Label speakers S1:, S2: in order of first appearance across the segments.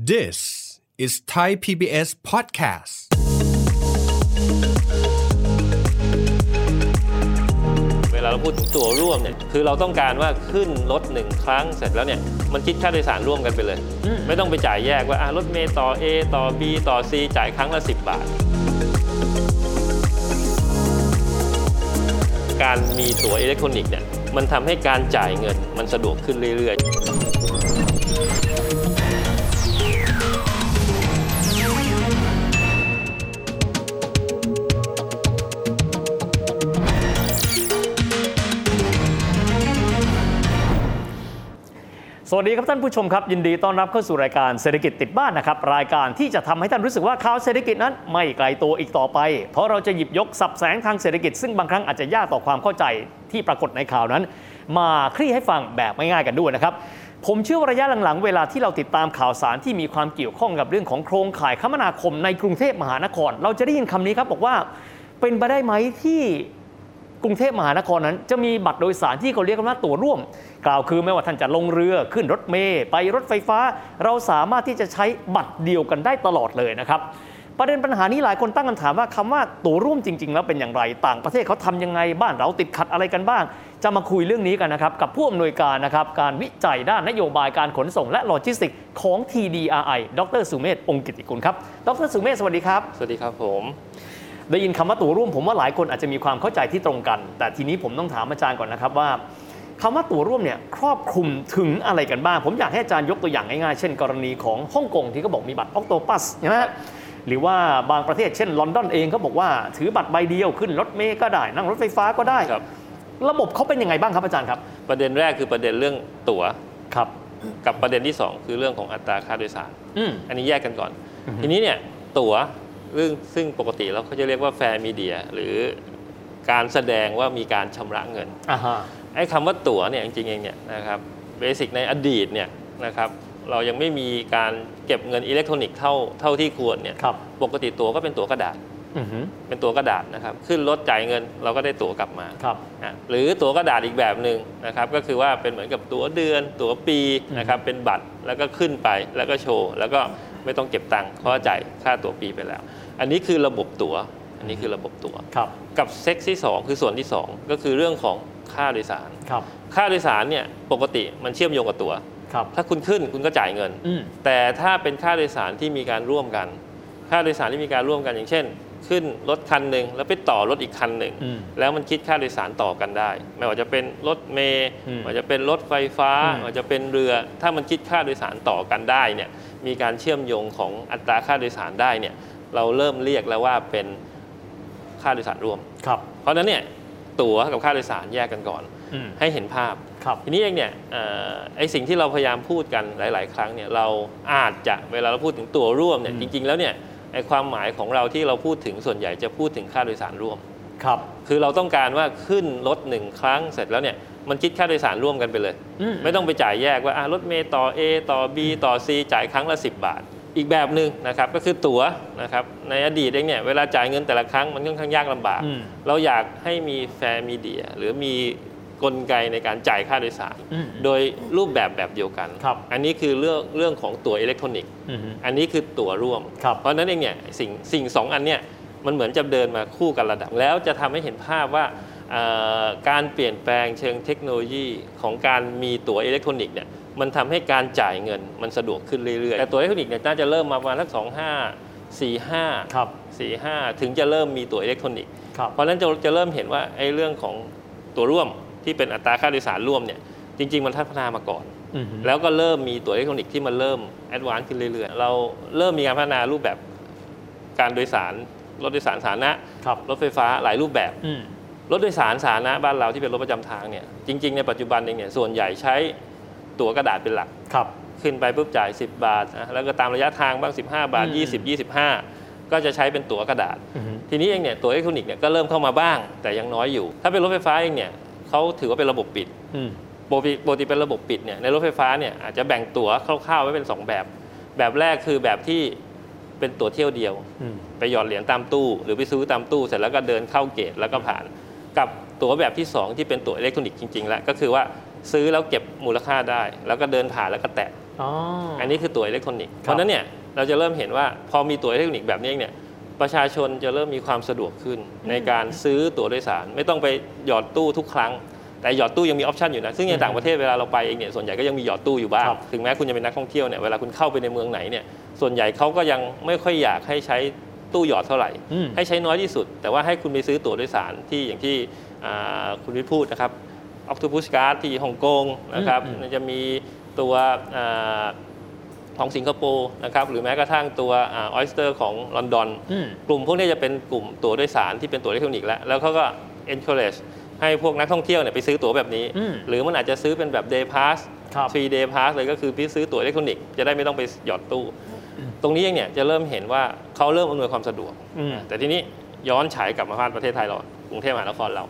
S1: This is Thai PBS podcast.
S2: เวลาเราพูดถึงตัวร่วมเนี่ยคือเราต้องการว่าขึ้นรถหนึ่งครั้งเสร็จแล้วเนี่ยมันคิดค่าโดยสารร่วมกันไปเลย ไม่ต้องไปจ่ายแยกว่าอ่ะรถเมย์ต่อ A ต่อ B ต่อ C จ่ายครั้งละ 10 บาท การมีตั๋วอิเล็กทรอนิกส์เนี่ยมันทำให้การจ่ายเงินมันสะดวกขึ้นเรื่อย
S3: สวัสดีครับท่านผู้ชมครับ ยินดีต้อนรับเข้าสู่รายการเศรษฐกิจติดบ้านนะครับ รายการที่จะทำให้ท่านรู้สึกว่าข่าวเศรษฐกิจนั้นไม่ไกลตัวอีกต่อไป เพราะเราจะหยิบยกสับแสงทางเศรษฐกิจ ซึ่งบางครั้งอาจจะยากต่อความเข้าใจที่ปรากฏในข่าวนั้น มาคลี่ให้ฟังแบบง่ายๆกันด้วยนะครับ ผมเชื่อว่าระยะหลังๆ เวลาที่เราติดตามข่าวสารที่มีความเกี่ยวข้องกับเรื่องของโครงข่ายคมนาคมในกรุงเทพมหานคร เราจะได้ยินคำนี้ครับบอกว่าเป็นไปได้ไหมที่ กรุงเทพมหานครนั้นจะมีบัตรโดยสารที่เขาเรียกกันว่าตั๋วร่วม กล่าวคือไม่ว่าท่านจะลงเรือขึ้นรถเมล์ไปรถไฟฟ้า เราสามารถที่จะใช้บัตรเดียวกันได้ตลอดเลยนะครับ ประเด็นปัญหานี้หลายคนตั้งคำถามว่าคำว่าตั๋วร่วมจริง ๆ แล้วเป็นอย่างไร ต่างประเทศเขาทำยังไงบ้านเราติดขัดอะไรกันบ้าง จะมาคุยเรื่องนี้กันนะครับกับผู้อำนวยการนะครับการวิจัยด้านนโยบายการขนส่งและโลจิสติกส์ของ TDRI ดรสุเมธองค์กิตติกุลครับดรสุเมธสวัสดีครับ
S2: ๆ สวัสดีครับผม
S3: ได้ยินคำว่าตั๋วร่วมผมว่าหลายคนอาจจะมีความเข้าใจที่ตรงกัน แต่ทีนี้ผมต้องถามอาจารย์ก่อนนะครับว่าคำว่าตั๋วร่วมเนี่ยครอบคลุมถึงอะไรกันบ้าง ผมอยากให้อาจารย์ยกตัวอย่างง่ายๆ เช่น กรณีของฮ่องกงที่เขาบอกมีบัตรออกโตปัสนะฮะหรือว่าบางประเทศเช่นลอนดอนเองเขาบอกว่าถือบัตรใบเดียวขึ้นรถเมล์ก็ได้ นั่งรถไฟฟ้าก็ได้
S2: ครับ
S3: ระบบเขาเป็นยังไงบ้างครับอาจารย์ครับ
S2: ประเด็นแรกคือประเด็นเรื่องตั๋ว
S3: ครับ
S2: กับประเด็นที่สองคือเรื่องของอัตราค่าโดยสาร
S3: อืม
S2: อันนี้แยกกันก่อน ทีนี้เนี่ยตั๋วเรื่องซึ่งปกติแล้วเขาจะเรียกว่าแฟร์มีเดียหรือการแสดงว่ามีการชำระเงิน
S3: อ่าฮะ
S2: ไอ้คำว่าตั๋วเนี่ยจริงๆเองเนี่ยนะครับเบสิกในอดีตเนี่ยนะครับเรายังไม่มีการเก็บเงินอิเล็กทรอนิกส์เท่าเท่าที่ควรเนี่ย
S3: ครับ
S2: ปกติตั๋วก็เป็นตั๋วกระดาษ
S3: อือฮึ
S2: เป็นตั๋วกระดาษนะครับขึ้นรถจ่ายเงินเราก็ได้ตั๋วกลับมา
S3: ครับ
S2: อ่ะหรือตั๋วกระดาษอีกแบบหนึ่งนะครับก็คือว่าเป็นเหมือนกับตั๋วเดือนตั๋วปีนะครับเป็นบัตรแล้วก็ขึ้นไปแล้วก็โชว์ แล้วก็ไม่ต้องเก็บตังค์เพราะว่าจ่ายค่าตั๋วปีไปแล้ว อันนี้คือระบบตั๋วอันนี้คือระบบตั๋ว
S3: ครับ
S2: กับเซ็กที่สองคือส่วนที่สองก็คือเรื่องของค่าโดยสาร
S3: ครับ
S2: ค่าโดยสารเนี่ยปกติมันเชื่อมโยงกับตั๋ว
S3: ครับ
S2: ถ้าคุณขึ้นคุณก็จ่ายเงิน
S3: อืม
S2: แต่ถ้าเป็นค่าโดยสารที่มีการร่วมกัน ค่าโดยสารที่มีการร่วมกันอย่างเช่น ขึ้นรถคันหนึ่งแล้วไปต่อรถอีกคันหนึ่ง
S3: อืม
S2: แล้วมันคิดค่าโดยสารต่อกันได้ ไม่ว่าจะเป็นรถเมล์
S3: อืม
S2: ไม่ว่าจะเป็นรถไฟฟ้า
S3: อืม
S2: ไม่ว่าจะเป็นเรือ ถ้ามันคิดค่าโดยสารต่อกันได้เนี่ยมีการเชื่อมโยงของอัตราค่าโดยสารได้เนี่ยเราเริ่มเรียกแล้วว่าเป็นค่าโดยสารรวม
S3: ครับ
S2: เพราะฉะนั้นเนี่ยตั๋วกับค่าโดยสารแยกกันก่อน
S3: อืม
S2: ให้เห็นภาพ
S3: ครับ
S2: ทีนี้เองเนี่ยเอ่อไอสิ่งที่เราพยายามพูดกันหลาย ๆ ครั้งเนี่ยเราอาจจะเวลาเราพูดถึงตัวร่วมเนี่ยจริง ๆ แล้วเนี่ยไอความหมายของเราที่เราพูดถึงส่วนใหญ่จะพูดถึงค่าโดยสารร่วม
S3: ครับ
S2: คือเราต้องการว่าขึ้นรถหนึ่งครั้งเสร็จแล้วเนี่ยมันคิดค่าโดยสารร่วมกันไปเลย
S3: อืม
S2: ไม่ต้องไปจ่ายแยกว่าอ่ะรถเมย์ต่อ A ต่อ B ต่อ C จ่ายครั้งละ 10 บาท อีกแบบหนึ่งนะครับก็คือตั๋วนะครับในอดีตเองเนี่ยเวลาจ่ายเงินแต่ละครั้งมันค่อนข้างยากลำบาก
S3: อืม
S2: เราอยากให้มีแฟร์มีเดียหรือมีกลไกในการจ่ายค่าโดยสาร
S3: อืม
S2: โดยรูปแบบแบบเดียวกัน
S3: ครับ
S2: อันนี้คือเรื่องเรื่องของตั๋วอิเล็กทรอนิกส์
S3: อืม
S2: อันนี้คือตั๋วร่วม
S3: ครับ
S2: เพราะฉะนั้นเองเนี่ยสิ่งสิ่งสองอันเนี่ยมันเหมือนจะเดินมาคู่กันระดับ แล้วจะทำให้เห็นภาพว่าเอ่อการเปลี่ยนแปลงเชิงเทคโนโลยีของการมีตั๋วอิเล็กทรอนิกส์เนี่ยมันทำให้การจ่ายเงินมันสะดวกขึ้นเรื่อยๆ แต่ตั๋วอิเล็กทรอนิกส์เนี่ยน่าจะเริ่มมาประมาณสักสองห้าสี่ห้า
S3: ครับ
S2: สี่ห้าถึงจะเริ่มมีตั๋วอิเล็กทรอนิกส์
S3: ครับ
S2: เพราะฉะนั้นจะจะเริ่มเห็นว่าไอ้เรื่องของตั๋วร่วมที่เป็นอัตราค่าโดยสารร่วมเนี่ยจริง ๆ มันพัฒนามาก่อน
S3: อืม
S2: แล้วก็เริ่มมีตัวอิเล็กทรอนิกส์ที่มันเริ่มแอดวานซ์ขึ้นเรื่อยๆ เราเริ่มมีการพัฒนารูปแบบการโดยสาร รถโดยสารสาธารณะ
S3: ครับ
S2: รถไฟฟ้าหลายรูปแบบ
S3: อืม
S2: รถโดยสารสาธารณะบ้านเราที่เป็นรถประจำทางเนี่ยจริง ๆ ในปัจจุบันเองเนี่ยส่วนใหญ่ใช้ตั๋วกระดาษเป็นหลัก
S3: ครับ
S2: ขึ้นไปปุ๊บจ่าย 10 บาทนะแล้วก็ตามระยะทางบ้าง 15 บาท
S3: อืม
S2: 20 25 ก็จะใช้เป็นตั๋วกระดาษ
S3: อืม
S2: ทีนี้เองเนี่ยตัวอิเล็กทรอนิกส์เนี่ยก็เริ่มเข้ามาบ้าง แต่ยังน้อยอยู่ ถ้าเป็นรถไฟฟ้าเองเนี่ยเขาถือว่าเป็นระบบปิด
S3: อืม
S2: ปกติปกติเป็นระบบปิดเนี่ยในรถไฟฟ้าเนี่ยอาจจะแบ่งตั๋วคร่าวๆไว้เป็น 2 แบบ แบบแรกคือแบบที่เป็นตั๋วเที่ยวเดียว
S3: อืม
S2: ไปหยอดเหรียญตามตู้ หรือไปซื้อตามตู้เสร็จแล้วก็เดินเข้าเกตแล้วก็ผ่าน กับตั๋วแบบที่ 2 ที่เป็นตั๋วอิเล็กทรอนิกส์จริงๆแล้วก็คือว่าซื้อแล้วเก็บมูลค่าได้ แล้วก็เดินผ่านแล้วก็แตะ
S3: อ๋ออ
S2: อันนี้คือตั๋วอิเล็กทรอนิกส์
S3: ครับ
S2: เพราะฉะนั้นเนี่ยเราจะเริ่มเห็นว่าพอมีตั๋วอิเล็กทรอนิกส์แบบนี้เนี่ยประชาชนจะเริ่มมีความสะดวกขึ้น ในการซื้อตั๋วโดยสาร ไม่ต้องไปหยอดตู้ทุกครั้ง แต่หยอดตู้ยังมีออปชันอยู่นะ ซึ่งในต่างประเทศเวลาเราไปเองเนี่ยส่วนใหญ่ก็ยังมีหยอดตู้อยู่บ้าง
S3: ครับ
S2: ถึงแม้คุณจะเป็นนักท่องเที่ยวเนี่ยเวลาคุณเข้าไปในเมืองไหนเนี่ยส่วนใหญ่เขาก็ยังไม่ค่อยอยากให้ใช้ตู้หยอดเท่าไหร่
S3: อืม
S2: ให้ใช้น้อยที่สุด แต่ว่าให้คุณไปซื้อตั๋วโดยสารที่อย่างที่อ่าคุณวิทย์พูดนะครับออค o ู u ุสการ์ดที่ฮ่องกงนะครับ
S3: อืมอืม
S2: จะมีตัวอ่า ของสิงคโปร์นะครับหรือแม้กระทั่งตัวออ y สเตอร์ของลอนดอน
S3: อืม
S2: กลุ่มพวกนี้จะเป็นกลุ่มตั๋วโดยสารที่เป็นตั๋วอิเล็กทรอนิกส์แล้ว แล้วเขาก็ encourage ให้พวกนักท่องเที่ยวเนี่ยไปซื้อตั๋วแบบนี้
S3: อืม
S2: หรือมันอาจจะซื้อเป็นแบบ day pass
S3: ครับ
S2: three day pass เลยก็คือพี่ซื้อตั๋วอิเล็กทรอนิกส์จะได้ไม่ต้องไปหยอดตู้ ตรงนี้เองเนี่ยจะเริ่มเห็นว่าเขาเริ่มอำนวยความสะดวก
S3: อืม
S2: แต่ทีนี้ย้อนฉายกลับมาพาดประเทศไทยเรากรุงเทพมหานครเรา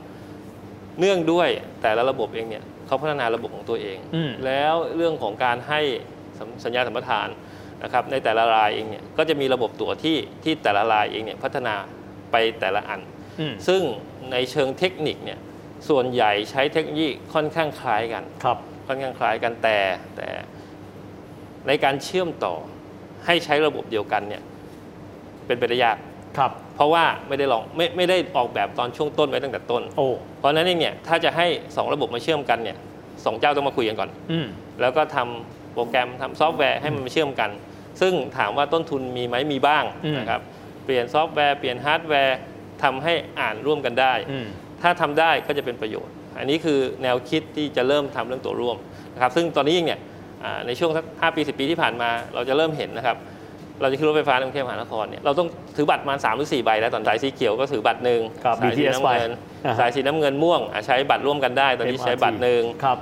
S2: เนื่องด้วยแต่ละระบบเองเนี่ยเขาพัฒนาระบบของตัวเอง
S3: อืม
S2: แล้วเรื่องของการให้สัญสัญญาสัมปทานนะครับในแต่ละรายเองเนี่ยก็จะมีระบบตั๋วที่ที่แต่ละรายเองเนี่ยพัฒนาไปแต่ละอัน
S3: อืม
S2: ซึ่งในเชิงเทคนิคเนี่ยส่วนใหญ่ใช้เทคโนโลยีค่อนข้างคล้ายกัน
S3: ครับ
S2: ค่อนข้างคล้ายกันแต่แต่ในการเชื่อมต่อให้ใช้ระบบเดียวกันเนี่ยเป็นไปได้ยาก
S3: ครับ
S2: เพราะว่าไม่ได้ลองไม่ไม่ได้ออกแบบตอนช่วงต้นไว้ตั้งแต่ต้น
S3: โอ้
S2: เพราะฉะนั้นเองเนี่ยถ้าจะให้ 2 ระบบมาเชื่อมกันเนี่ยสองเจ้าต้องมาคุยกันก่อน
S3: อืม
S2: แล้วก็ทำโปรแกรมทำซอฟต์แวร์ให้มันมาเชื่อมกัน ซึ่งถามว่าต้นทุนมีไหมมีบ้าง
S3: อืม
S2: นะครับเปลี่ยนซอฟต์แวร์เปลี่ยนฮาร์ดแวร์ทำให้อ่านร่วมกันได้
S3: อืม
S2: ถ้าทำได้ก็จะเป็นประโยชน์ อันนี้คือแนวคิดที่จะเริ่มทำเรื่องตัวร่วมนะครับ ซึ่งตอนนี้เองเนี่ยอ่าในช่วงสัก5ปี 10 ปีที่ผ่านมา เราจะเริ่มเห็นนะครับ เราจะขึ้นรถไฟฟ้าในกรุงเทพมหานครเนี่ย เราต้องถือบัตรประมาณ3หรือ4ใบแล้วตอนสายสีเขียวก็ถือบัตรหนึ่ง
S3: ครับ
S2: สายสี
S3: BTS
S2: น้ำเงิน
S3: ไปอ่าฮะ
S2: สายสีน้ำเงินม่วงอ่ะใช้บัตรร่วมกันได้ ตอนนี้
S3: MRT
S2: ใช้บัตรหนึ่ง
S3: ครับ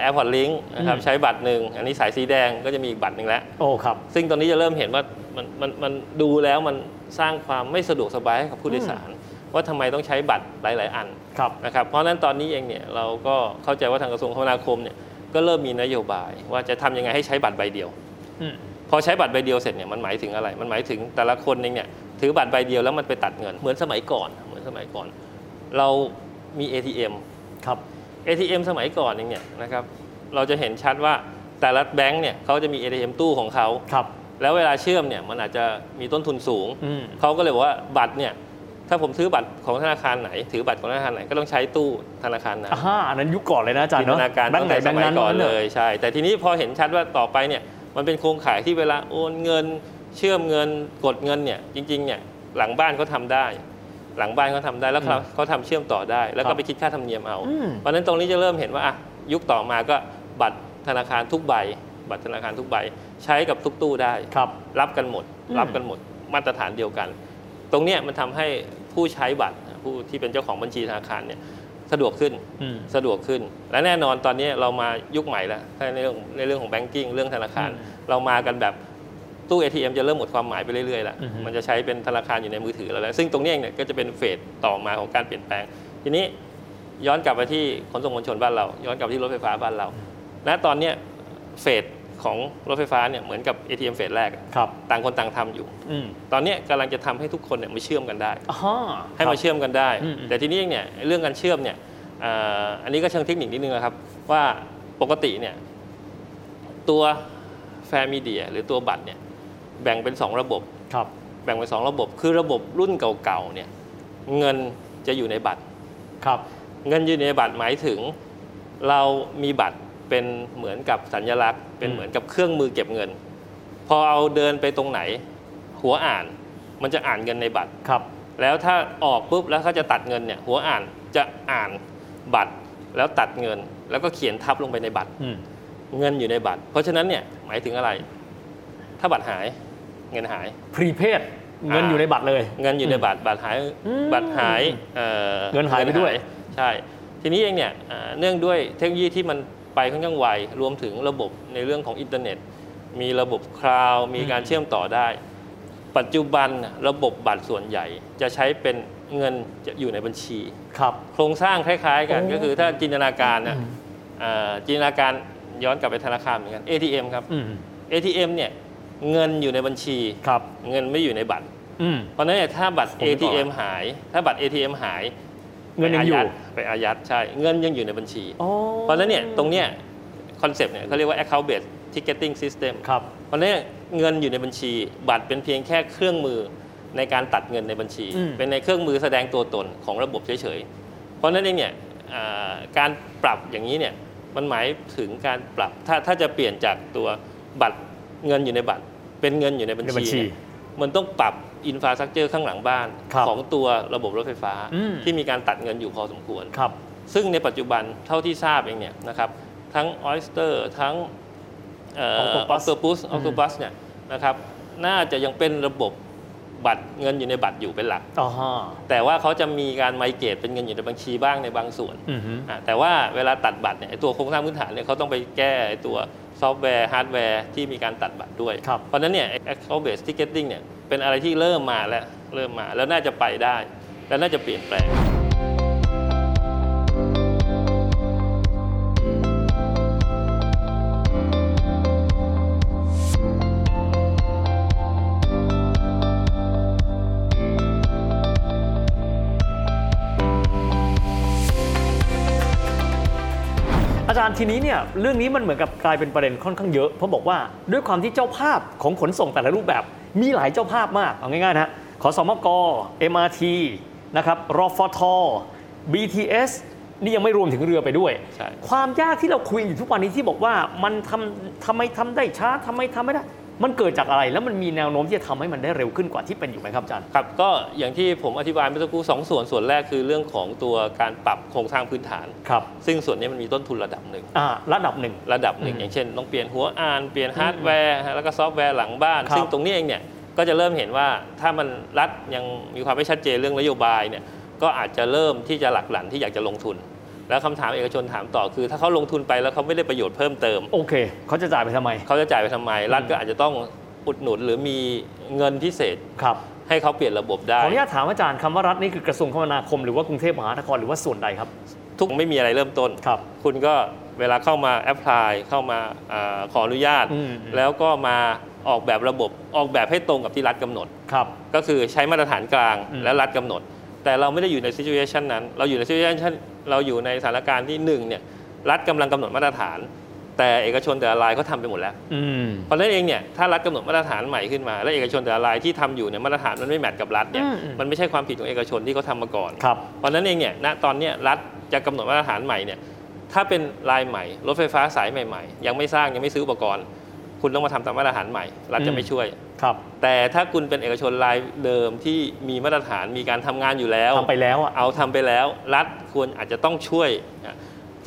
S2: แอร์พอร์ตลิงก์นะครับ
S3: อืม
S2: ใช้บัตรหนึ่ง อันนี้สายสีแดงก็จะมีอีกบัตรหนึ่งแล้ว
S3: โอ้ ครับ
S2: ซึ่งตอนนี้จะเริ่มเห็นว่ามันมันมันดูแล้วมันสร้างความไม่สะดวกสบายให้กับผู้โดยสาร ว่าทำไมต้องใช้บัตรหลาย ๆ อัน
S3: ครับ
S2: นะครับเพราะฉะนั้นตอนนี้เองเนี่ยเราก็เข้าใจว่าทางกระทรวงคมนาคมเนี่ยก็เริ่มมีนโยบาย ว่าจะทำยังไงให้ใช้บัตรใบเดียว
S3: อืม
S2: พอใช้บัตรใบเดียวเสร็จเนี่ยมันหมายถึงอะไร มันหมายถึงแต่ละคนเองเนี่ยถือบัตรใบเดียวแล้วมันไปตัดเงินเหมือนสมัยก่อนเหมือนสมัยก่อน เรามี ATM
S3: ครับ
S2: ATM สมัยก่อนเองเนี่ยนะครับเราจะเห็นชัดว่าแต่ละแบงก์เนี่ยเขาจะมี ATM ตู้ของเขา
S3: ครับ
S2: แล้วเวลาเชื่อมเนี่ยมันอาจจะมีต้นทุนสูง
S3: อืม
S2: เขาก็เลยบอกว่าบัตรเนี่ยถ้าผมซื้อบัตรของธนาคารไหน ถือบัตรของธนาคารไหนก็ต้องใช้ตู้ธนาคารนั้น
S3: อ่าฮะอันนั้นยุคก่อนเลยนะอาจาร
S2: จิ
S3: ย์
S2: น
S3: เนาะ
S2: ตนาการ
S3: แบง
S2: ตั้
S3: ค์
S2: ง
S3: ไหน
S2: แต่
S3: แบ
S2: ส
S3: งค์
S2: มัย
S3: นั้น
S2: ก่อน
S3: เล
S2: เลย ยใช่ แต่ทีนี้พอเห็นชัดว่าต่อไปเนี่ยมันเป็นโครงข่ายที่เวลาโอนเงิน เชื่อมเงินกดเงินเนี่ยจริงๆเนี่ยหลังบ้านเขาทำได้ หลังบ้านเขาทำได้แล้วเขาเขาทำเชื่อมต่อได้ แล้ว
S3: ครั
S2: ก็
S3: บ
S2: ไปคิดค่าธรรมเนียมเอา
S3: อืม
S2: เพราะฉะนั้นตรงนี้จะเริ่มเห็นว่าอ่ะยุคต่อมาก็บัตรธนาคารทุกใบ บัตรธนาคารทุกใบ ใช้กับทุกตู้ได้
S3: ครับ
S2: รับกันหมด
S3: อืม
S2: รับกันหมดมาตรฐานเดียวกัน ตรงเนี้ยมันทำให้ผู้ใช้บัตรผู้ที่เป็นเจ้าของบัญชีธนาคารเนี่ยสะดวกขึ้น
S3: อืม
S2: สะดวกขึ้น และแน่นอนตอนนี้เรามายุคใหม่แล้วถ้าในเรื่องในเรื่องของแบงกิ้งเรื่องธนาคาร
S3: อืม
S2: เรามากันแบบตู้ ATM จะเริ่มหมดความหมายไปเรื่อยๆแล้ว
S3: อือฮึ
S2: มันจะใช้เป็นธนาคารอยู่ในมือถือเราแล้ว ซึ่งตรงเนี้ยเนี่ยก็จะเป็นเฟสต่อมาของการเปลี่ยนแปลง ทีนี้ย้อนกลับไปที่ขนส่งมวลชนบ้านเรา ย้อนกลับไปที่รถไฟฟ้าบ้านเราณตอนเนี้ยเฟสของรถไฟฟ้าเนี่ยเหมือนกับ ATM เฟสแรก
S3: ครับ
S2: ต่างคนต่างทำอยู่
S3: อืม
S2: ตอนเนี้ยกำลังจะทำให้ทุกคนเนี่ยมาเชื่อมกันได้
S3: อ่าฮะ
S2: ให้มา
S3: ครับ
S2: เชื่อมกันได้
S3: อืมอืม
S2: แต่ทีนี้เนี่ยเรื่องการเชื่อมเนี่ยเอ่ออันนี้ก็เชิงเทคนิคนิดนึงนะครับ ว่าปกติเนี่ยตัวแฟร์มีเดียหรือตัวบัตรเนี่ยแบ่งเป็น 2 ระบบ
S3: ครับ
S2: แบ่งเป็น 2 ระบบ คือระบบรุ่นเก่าๆเนี่ยเงินจะอยู่ในบัตร
S3: ครับ
S2: เงินอยู่ในบัตรหมายถึงเรามีบัตรเป็นเหมือนกับสัญลักษณ์ เป็นเหมือนกับเครื่องมือเก็บเงิน พอเอาเดินไปตรงไหน หัวอ่านมันจะอ่านเงินในบัตร
S3: ครับ
S2: แล้วถ้าออกปุ๊บแล้วเขาจะตัดเงินเนี่ยหัวอ่านจะอ่านบัตรแล้วตัดเงิน แล้วก็เขียนทับลงไปในบัตร
S3: อืม
S2: เงินอยู่ในบัตร เพราะฉะนั้นเนี่ยหมายถึงอะไร ถ้าบัตรหายเงินหาย
S3: พรีเพดเงิน
S2: อ่า
S3: อยู่ในบัตรเลย
S2: เงินอยู่ในบัตรบัตรหาย
S3: อืม
S2: บัตรหายอ่อ
S3: เงินหายไปด้วย
S2: ใช่ ทีนี้เองเนี่ยอ่าเนื่องด้วยเทคโนโลยีที่มันไปค่อนข้างไวรวมถึงระบบในเรื่องของอินเทอร์เน็ต มีระบบคลาวด์มีการเชื่อมต่อได้ ปัจจุบันน่ะระบบบัตรส่วนใหญ่จะใช้เป็นเงินจะอยู่ในบัญชี
S3: ครับ
S2: โครงสร้างคล้ายๆ กัน
S3: โอ้
S2: ก็คือถ้าจินตนาการนะอ่าจินตนาการย้อนกลับไปธนาคารเหมือนกัน ATM ครับ
S3: ืม
S2: ATM เนี่ยเงินอยู่ในบัญชี
S3: ครับ
S2: เงินไม่อยู่ในบัตร
S3: อืม
S2: เพราะฉะนั้นเนี่ยถ้าบัตร
S3: ผมต่อ
S2: ATM หาย ถ้าบัตร ATM หาย
S3: เงินยังอยู่
S2: ไปาไปอายัดใช่ เงินยังอยู่ในบัญชี
S3: อ๋อ
S2: เพราะฉะนั้นเนี่ยตรงเนี้ยคอนเซปต์เนี่ยเขาเรียกว่า account based ticketing system
S3: ครับ
S2: เพราะฉะนั้นเงินอยู่ในบัญชี บัตรเป็นเพียงแค่เครื่องมือในการตัดเงินในบัญชี
S3: อืม
S2: เป็นในเครื่องมือแสดงตัวตนของระบบเฉยๆ เพราะฉะนั้นเองเนี่ยอ่าการปรับอย่างนี้เนี่ยมันหมายถึงการปรับถ้าถ้าจะเปลี่ยนจากตัวบัตรเงินอยู่ในบัตร เป็นเงินอยู่ในบัญ
S3: ใน
S2: ชี
S3: บัญชี
S2: เนี่ยมันต้องปรับอินฟาส r u ั t เจอร์ข้างหลังบ้าน
S3: ครับ
S2: ของตัวระบบรถไฟฟ้า
S3: อืม
S2: ที่มีการตัดเงินอยู่พอสมควร
S3: ครับ
S2: ซึ่งในปัจจุบันเท่าที่ทราบเองเนี่ยนะครับทั้งออ s สเตอร์ทั้งเออ
S3: Octopus
S2: โตปัส
S3: อื
S2: ออ
S3: ม
S2: โตปัสเนี่ยนะครับน่าจะยังเป็นระบบบัตรเงินอยู่ในบัตรอยู่เป็นหลัก
S3: อ๋อฮะ
S2: แต่ว่าเขาจะมีการไมเกตเป็นเงินอยู่ในบัญชีบ้างในบางส่วน
S3: อือฮึ
S2: อ่ะแต่ว่าเวลาตัดบัตรเนี่ยไอ้ตัวโครงสร้างพื้นฐานเนี่ยเขาต้องไปแก้ไอ้ตัวซอฟต์แวร์ฮาร์ดแวร์ที่มีการตัดบัตรด้วย
S3: ครับ
S2: เพราะฉะนั้นเนี่ย account based ticketing เนี่ยเป็นอะไรที่เริ่มมาแล้วเริ่มมาแล้วน่าจะไปได้ และน่าจะเปลี่ยนแปลง
S3: อาจารย์ทีนี้เนี่ยเรื่องนี้มันเหมือนกับกลายเป็นประเด็นค่อนข้างเยอะเพราะบอกว่าด้วยความที่เจ้าภาพของขนส่งแต่ละรูปแบบ มีหลายเจ้าภาพมากเอาง่ายๆนะฮะขอสมก MRT นะครับรฟท BTS นี่ยังไม่รวมถึงเรือไปด้วย
S2: ใช่
S3: ความยากที่เราคุยอยู่ทุกวันนี้ที่บอกว่ามันทำทำไมทำได้ช้าทำไมทำไม่ได้ มันเกิดจากอะไรแล้วมันมีแนวโน้มที่จะทำให้มันได้เร็วขึ้นกว่าที่เป็นอยู่ไหมครับอาจารย์
S2: ครับก็อย่างที่ผมอธิบายเมื่อสักครู่สองส่วนส่วนแรกคือเรื่องของตัวการปรับโครงสร้างพื้นฐาน
S3: ครับ
S2: ซึ่งส่วนนี้มันมีต้นทุนระดับหนึ่ง
S3: อ่าระดับหนึ่ง
S2: ระดับหนึ่ง
S3: อืม
S2: อย่างเช่น ต้องเปลี่ยนหัวอ่านเปลี่ยนฮาร์ดแวร์ฮะแล้วก็ซอฟต์แวร์หลังบ้าน
S3: ครับ
S2: ซึ่งตรงนี้เองเนี่ยก็จะเริ่มเห็นว่าถ้ามันรัฐยังมีความไม่ชัดเจนเรื่องนโยบายเนี่ยก็อาจจะเริ่มที่จะหลักหลันที่อยากจะลงทุน แล้วคำถามเอกชนถามต่อคือ ถ้าเขาลงทุนไปแล้วเขาไม่ได้ประโยชน์เพิ่มเติม
S3: โอเค เขาจะจ่ายไปทำไม
S2: เขาจะจ่ายไปทำไม รัฐก็อาจจะต้องอุดหนุนหรือมีเงินพิเศษ
S3: ครับ
S2: ให้เขาเปลี่ยนระบบ
S3: ข
S2: ได้
S3: ออนุญาตถามอาจารย์คำว่ารัฐนี่คือกระทรวงคมนาคมหรือว่ากรุงเทพมหานครหรือว่าส่วนใดครับ
S2: ทุกไม่มีอะไรเริ่มต้น
S3: ครับ
S2: คุณก็เวลาเข้ามาแอ p พลายเข้ามาอาขออนุญาต
S3: อืม
S2: แล้วก็มาออกแบบระบบออกแบบให้ตรงกับที่รัฐกำหนด
S3: ครับ
S2: ก็คือใช้มาตรฐานกลาง
S3: อืม
S2: และรัฐกำหนด แต่เราไม่ได้อยู่ใน situation นั้น เราอยู่ใน situation เราอยู่ในสถานการณ์ที่หนึ่งเนี่ยรัฐกำลังกำหนดมาตรฐาน แต่เอกชนแต่ละรายเขาทำไปหมดแล้ว
S3: อืม
S2: เพราะฉะนั้นเองเนี่ยถ้ารัฐกำหนดมาตรฐานใหม่ขึ้นมาและเอกชนแต่ละรายที่ทำอยู่เนี่ยมาตรฐานมันไม่แมทกับรัฐเนี่ย
S3: อืมอืม
S2: มันไม่ใช่ความผิดของเอกชนที่เขาทำมาก่อน
S3: ครับ
S2: เพราะฉะนั้นเองเนี่ยณตอนเนี้ยรัฐจะกำหนดมาตรฐานใหม่เนี่ยถ้าเป็นรายใหม่ รถไฟฟ้าสายใหม่ๆ ยังไม่สร้างยังไม่ซื้ออุปกรณ์ คุณต้องมาทำตามมาตรฐานใหม่ รัฐ
S3: อื
S2: จะ
S3: ม
S2: ไม่ช่วย
S3: ครับ
S2: แต่ถ้าคุณเป็นเอกชนรายเดิมที่มีมาตรฐานมีการทำงานอยู่แล้ว
S3: ทำไปแล้วอ่ะ
S2: เอาทำไปแล้วรัฐควรอาจจะต้องช่วยนะ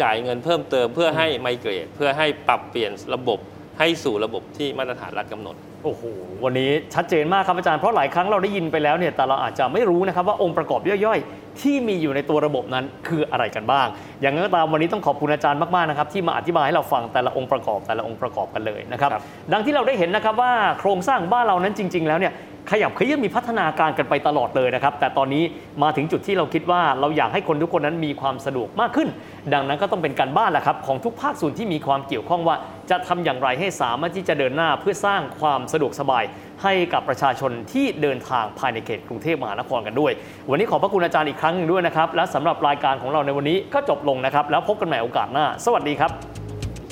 S2: จ่ายเงินเพิ่มเติมเพื่อให้ไมเกรดเพื่อให้ปรับเปลี่ยนระบบให้สู่ระบบที่มาตรฐานรัฐกำหนด
S3: โอ้โห วันนี้ชัดเจนมากครับอาจารย์ เพราะหลายครั้งเราได้ยินไปแล้วเนี่ย แต่เราอาจจะไม่รู้นะครับว่าองค์ประกอบย่อยๆ ที่มีอยู่ในตัวระบบนั้นคืออะไรกันบ้าง อย่างไรก็ตามวันนี้ต้องขอบคุณอาจารย์มากๆนะครับที่มาอธิบายให้เราฟังแต่ละองค์ประกอบแต่ละองค์ประกอบกันเลยนะครับ
S2: ครับ
S3: ดังที่เราได้เห็นนะครับว่าโครงสร้างบ้านเรานั้นจริง ๆ แล้วเนี่ยขยับเขยื่นมีพัฒนาการกันไปตลอดเลยนะครับ แต่ตอนนี้มาถึงจุดที่เราคิดว่าเราอยากให้คนทุกคนนั้นมีความสะดวกมากขึ้น ดังนั้นก็ต้องเป็นการบ้านแหละครับของทุกภาคส่วนที่มีความเกี่ยวข้องว่า จะทำอย่างไรให้สามารถที่จะเดินหน้าเพื่อสร้างความสะดวกสบาย ให้กับประชาชนที่เดินทางภายในเขตกรุงเทพมหานครกันด้วย วันนี้ขอบพระคุณอาจารย์อีกครั้งหนึ่งด้วยนะครับและสำหรับรายการของเราในวันนี้ก็จบลงนะครับแล้วพบกันใหม่โอกาสหน้า สวัสดีครับ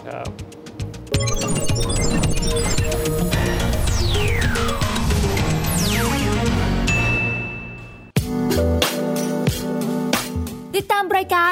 S2: ครับ
S4: ติดตามรายการ